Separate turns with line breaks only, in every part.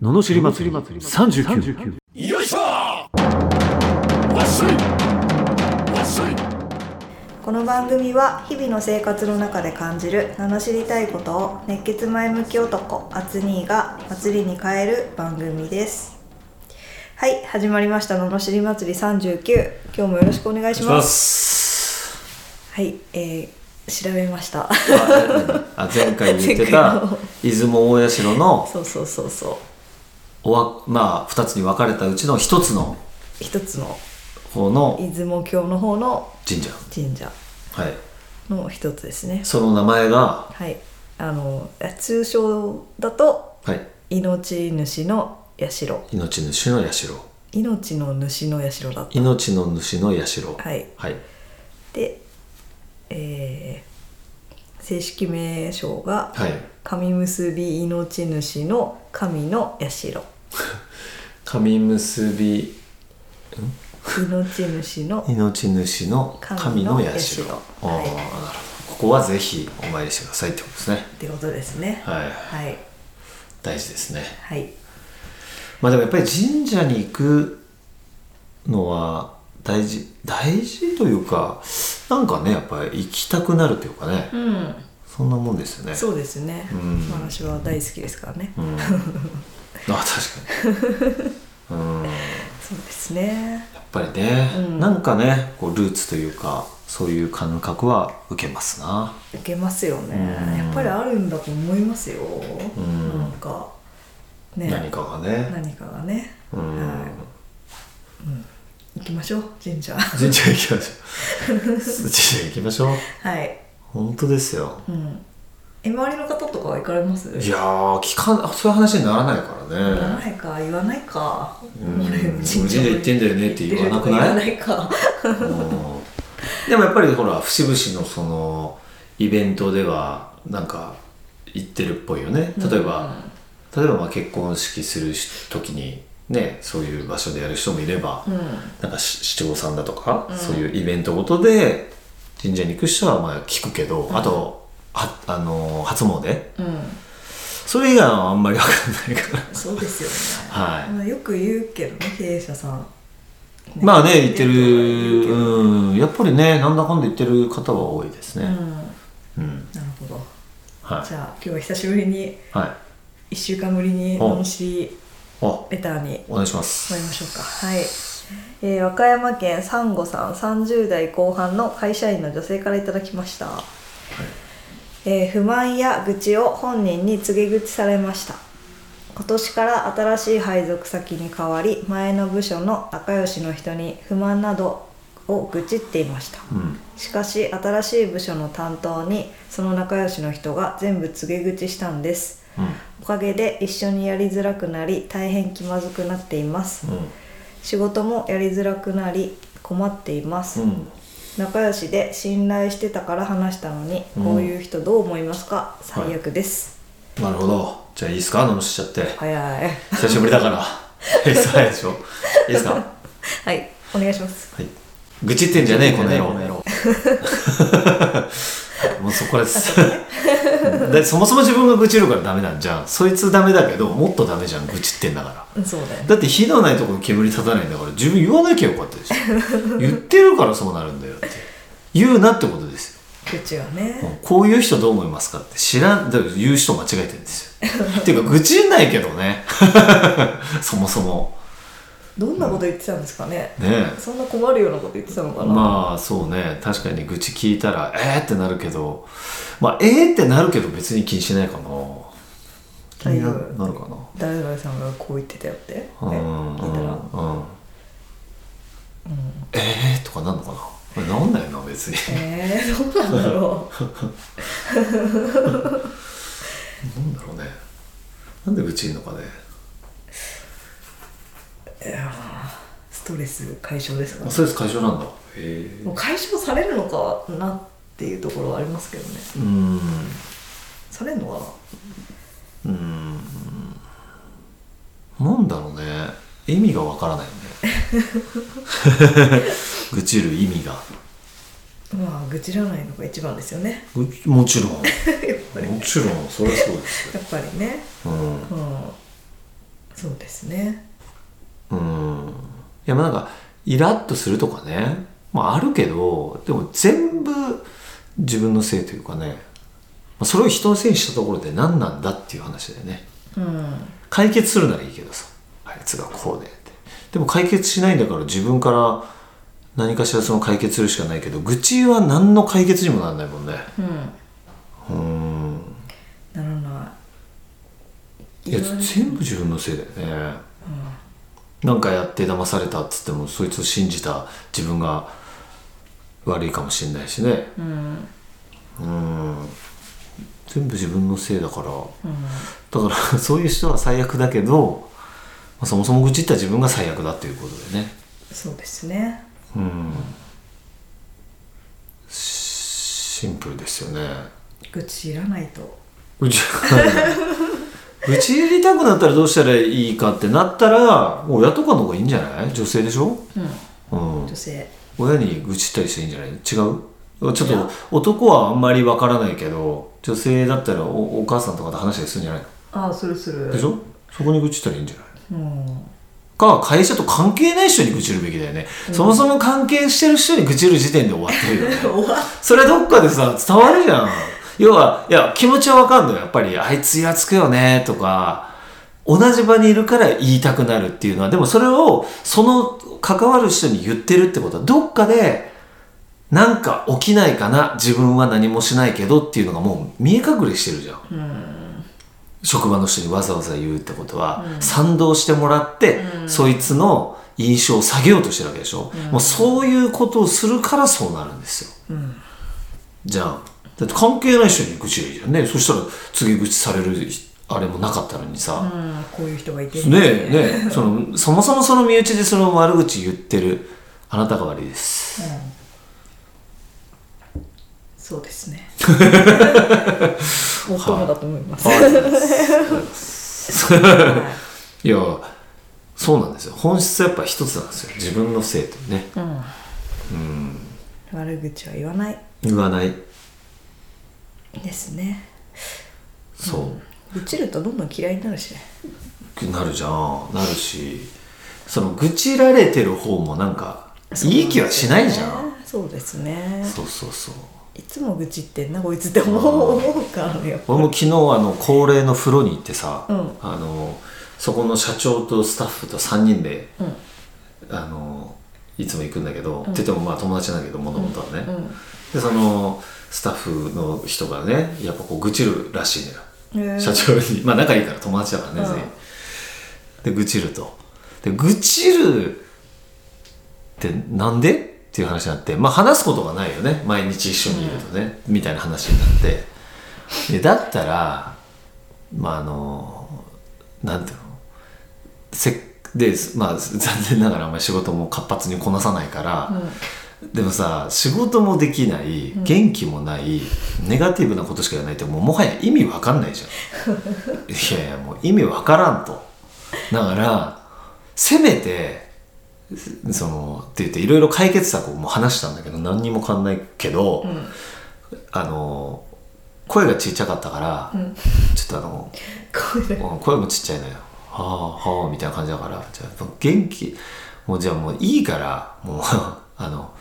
ののしり祭り39
よいしょわっしょいわっしょい
この番組は日々の生活の中で感じる罵りたいことを熱血前向き男アツニーが祭りに変える番組ですはい始まりました罵り祭り39今日もよろしくお願いします
す。
はいえー、調べました
あ前回言ってた
前回の
出雲大社の
そうそうそうそう
おわまあ二つに分かれたうちの一つの
一つの
方の
出雲教の方の
神社。
神社
はい。
の一つですね
その名前が
はいあの通称だと
はい
命主の社
命主の社。
命の主の社だった
命の主の社。
はい
はい。
で、えー正式名称が
はい
神結び命主の神の社
神結び
命主の
命主の神の社。
神の社
おお、
はい
なるほど。ここはぜひお参りしてくださいってことですね。
ってことですね
はい。
はい
大事ですね。
はい
まあでもやっぱり神社に行くのは大事大事というかなんかねやっぱり行きたくなるというかね、
うん
そんなもんですよね
そうですね
うん
私は大好きですからね
うん、あ確かにうんや
そうですね
っぱりね、
うん
なんかねこうルーツというかそういう感覚は受けますな
受けますよね
うん
やっぱりあるんだと思いますよ
ん
なんかね
何かがね
何かがね
うん、
はい行きましょう神 社
神社行きましょう神社行きましょう
はい
本当ですよ
うんえ周りの方とかは行かれます
いやー聞かんそういう話にならないからね
言わないか言わないか、
うん
俺
無事で言ってんだよねって言わなく
言
な
わ
い
ないか
うんでもやっぱりほら節々のそのイベントではなんか言ってるっぽいよね例えば、例えばまあ結婚式する時にねそういう場所でやる人もいれば、
うん
なんかし市長さんだとか、
うん
そういうイベントごとで神社に行く人はまあ聞くけど、
ん
あとはあのー初詣
うん
それ以外はあんまり分かん ないから
そうですよね、
はい
まあ、よく言うけどね経営者さん、ね
まあね言ってる
言ってるうん、
うんやっぱりねなんだかんだ言ってる方は多いですねうん、
なるほど
はい
じゃあ今日は久しぶりに
はい
1週間ぶりに
お
ののしり
あ
レターに
お願いします
参りましょうかはい、えー和歌山県さんごさん30代後半の会社員の女性からいただきました、えー不満や愚痴を本人に告げ口されました今年から新しい配属先に変わり前の部署の仲良しの人に不満などを愚痴っていました、
うん
しかし新しい部署の担当にその仲良しの人が全部告げ口したんです
う
おかげで一緒にやりづらくなり大変気まずくなっています、
ん
仕事もやりづらくなり困っています、
うんうん
仲良しで信頼してたから話したのに、
うん
こういう人どう思いますか最悪です、
なるほどじゃあいいですか飲みしちゃって
早い
久しぶりだからえそうでしょいいですかは
はいお願いします
い愚痴ってんじゃねえこの野郎 もうそこです でそもそも自分が愚痴るからダメなんじゃんそいつダメだけどもっとダメじゃん愚痴ってんだから
うんそうだよ
だって火のないところに煙立たないんだから自分言わなきゃよかったでしょ言ってるからそうなるんだよって言うなってことです
愚痴は
よ
ね
もうこういう人どう思いますかって知らんだから言う人間違えてるんですよ っていうか愚痴んないけどね そもそも
どんなこと言ってたんですかね、
ね
そんな困るようなこと言ってたのかな、
まあそうね確かに愚痴聞いたらえーってなるけどまあえーってなるけど別に気にしないかな気にな
大丈夫
なるかな
誰々さんがこう言ってたよって、ね、
うんうん
聞いたら
うんえーとかなんのかななんないな別に
えー、どうなんだろ
なんだろうねなんで愚痴いんのかね
う いやーストレス解消ですか
あ
ね
ストレス解消なんだへえ
もう解消されるのかなっていうところはありますけどね
うん
されるのかな
うんなんだろうね意味がわからないよ ね愚痴る意味が
まあ愚痴らないのが一番ですよね
ぐもちろん も
やっぱり
ちろんそれはそうですよ
やっぱりね
うん
うんそそうですね
うんいやまあなんかイラッとするとかね、まあ、あるけどでも全部自分のせいというかね、まあ、それを人のせいにしたところで何なんだっていう話だよね
うん
解決するならいいけどさあいつがこうでってでも解決しないんだから自分から何かしらその解決するしかないけど愚痴は何の解決にもならないもんね
うん
うん
ならない
や
いろいろ
全部自分のせいだよね、なんかやって騙されたっつってもそいつを信じた自分が悪いかもしれないしね
うん
うん全部自分のせいだか
う
ら
ん
だから そういう人は最悪だけどまあそもそも愚痴った自分が最悪だっていうことでね
そうですね
うんシンプルですよね
愚痴いらないと
愚痴愚痴入りたくなったらどうしたらいいかってなったら親とかの方がいいんじゃない女性でしょ
うん
うん
女、性
親に愚痴ったりしていいんじゃない違うちょっ
いや
と男はあんまりわからないけど女性だったらおお母さんとかと話したりするんじゃないの
ああするする
でしょそこに愚痴ったらいいんじゃない
うん
か会社と関係ない人に愚痴るべきだよね、そもそも関係してる人に愚痴る時点 で終わってるよねそれどっかでさ伝わるじゃん要はいや気持ちはわかんのよやっぱりあいつイラつくよねとか同じ場にいるから言いたくなるっていうのはでもそれをその関わる人に言ってるってことはどっかでなんか起きないかな自分は何もしないけどっていうのがもう見え隠れしてるじゃん職場の人にわざわざ言うってことは、賛同してもらって、そいつの印象を下げようとしてるわけでしょ、もうそういうことをするからそうなるんですよ、じゃあだって関係ない人に愚痴がいいじゃんねそしたら次愚痴されるあれもなかったのにさ、
うんこういう人がいて
ねえねえそのそもそもその身内でその悪口言ってるあなたが悪いです
そうです ねもっともだと思います、
ありがとうございます
はい
いやそうなんですよ本質はやっぱ一つなんですよ自分のせいとね、
悪口は言わない
言わない
ですね
そ
愚痴るとどんどん嫌いになるしね
う、なるじゃんなるしその愚痴られてる方もなんかいい気はしないじゃん
そうですね
そうそうそう
いつも愚痴ってんなこいつって思う思うからねやっぱ
俺も昨日あの恒例の風呂に行ってさ、
うん
あのそこの社長とスタッフと3人で、
ん
あのいつも行くんだけど、って言ってもまあ友達なんだけどもともとはね、
うん
でそのスタッフの人がねやっぱこう愚痴るらしいのよ
へえ
社長にまあ仲いいから友達だからね全員、で愚痴るとで愚痴るってなんでっていう話になってまあ話すことがないよね毎日一緒にいるとね、みたいな話になってでだったらまああのなんていうのせっでまあ残念ながらあんまり仕事も活発にこなさないから、でもさ仕事もできない元気もない、ネガティブなことしかやらないってもうもはや意味わかんないじゃんいやいやもう意味わからんとだからせめてそのって言っていろいろ解決策をもう話したんだけど何にも変わんないけど、あの声がちっちゃかったから、ちょっとあの
声
うん声もちっちゃいのよ。はあはあみたいな感じだから、じゃあやっぱ元気、もうじゃあもういいから、もう あの、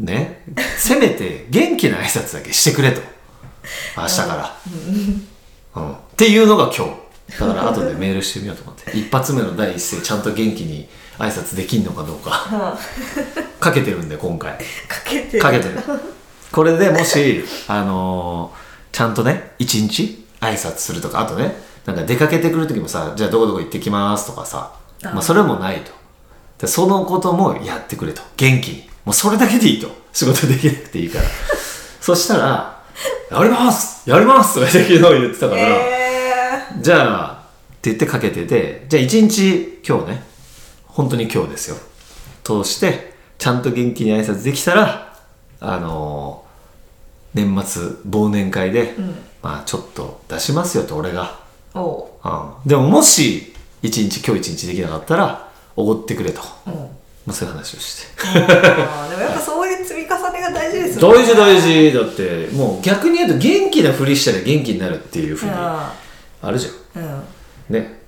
ね、せめて元気な挨拶だけしてくれと。明日から。うん。っていうのが今日。だから後でメールしてみようと思って。一発目の第一声、ちゃんと元気に挨拶できんのかどうか。
が
かけてるんで、今回。
かけてる
かけてるこれでもしあのーちゃんとね一日挨拶するとかあとねなんか出かけてくる時もさじゃあどこどこ行ってきますとかさまあ、それもないとでそのこともやってくれと元気にもうそれだけでいいと仕事できなくていいからそしたら「やりますやります!」とか昨日言ってたから、
え
じゃあ、って言ってかけてて、じゃあ一日今日ね、本当に今日ですよ。通して、ちゃんと元気に挨拶できたら、あのー年末忘年会で、まあちょっと出しますよと俺が。
ー、お
うん、でももし、一日、今日一日できなかったら、おごってくれと。
う、うん、
まあそういう話をして。
あーでもやっぱそういう積み重ねが大事です
大事大事だって、もう逆に言うと元気なふりしたら元気になるっていうふうに、
あ
あるじゃ
ーうん
ん。ね。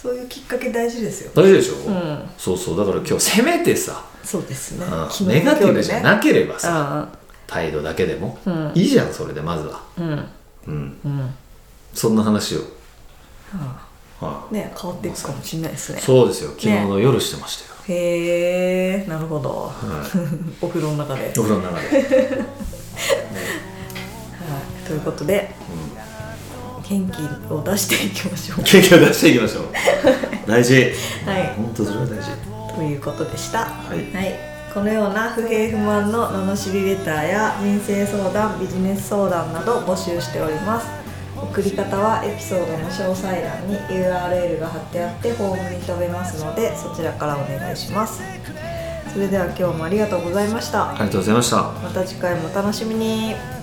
そういうきっかけ大事ですよ
大事でしょ、
ん
そうそうだから今日せめてさ、
そうですね
うん
昨日の
ネガティブじゃ
今日
なければ
でね
さ、態度だけでも、いいじゃんそれでまずは
うんうん
うん
うん
そんな話を、は
ね変わっていくかもしれないですね
い、そうですよ昨日の夜してましたよ、
へえなるほど、 お風呂の中で、はい、
お風呂の中で
ということで、元気を出していきましょ
経験を出していきましょう 大事
うはい
本当それは大事
ということでした
い
このような不平不満の罵りレターや人生相談ビジネス相談など募集しております送り方はエピソードの詳細欄に URL が貼ってあってフォームに飛べますのでそちらからお願いしますそれでは今日もありがとうございました
ありがとうございました
また次回もお楽しみに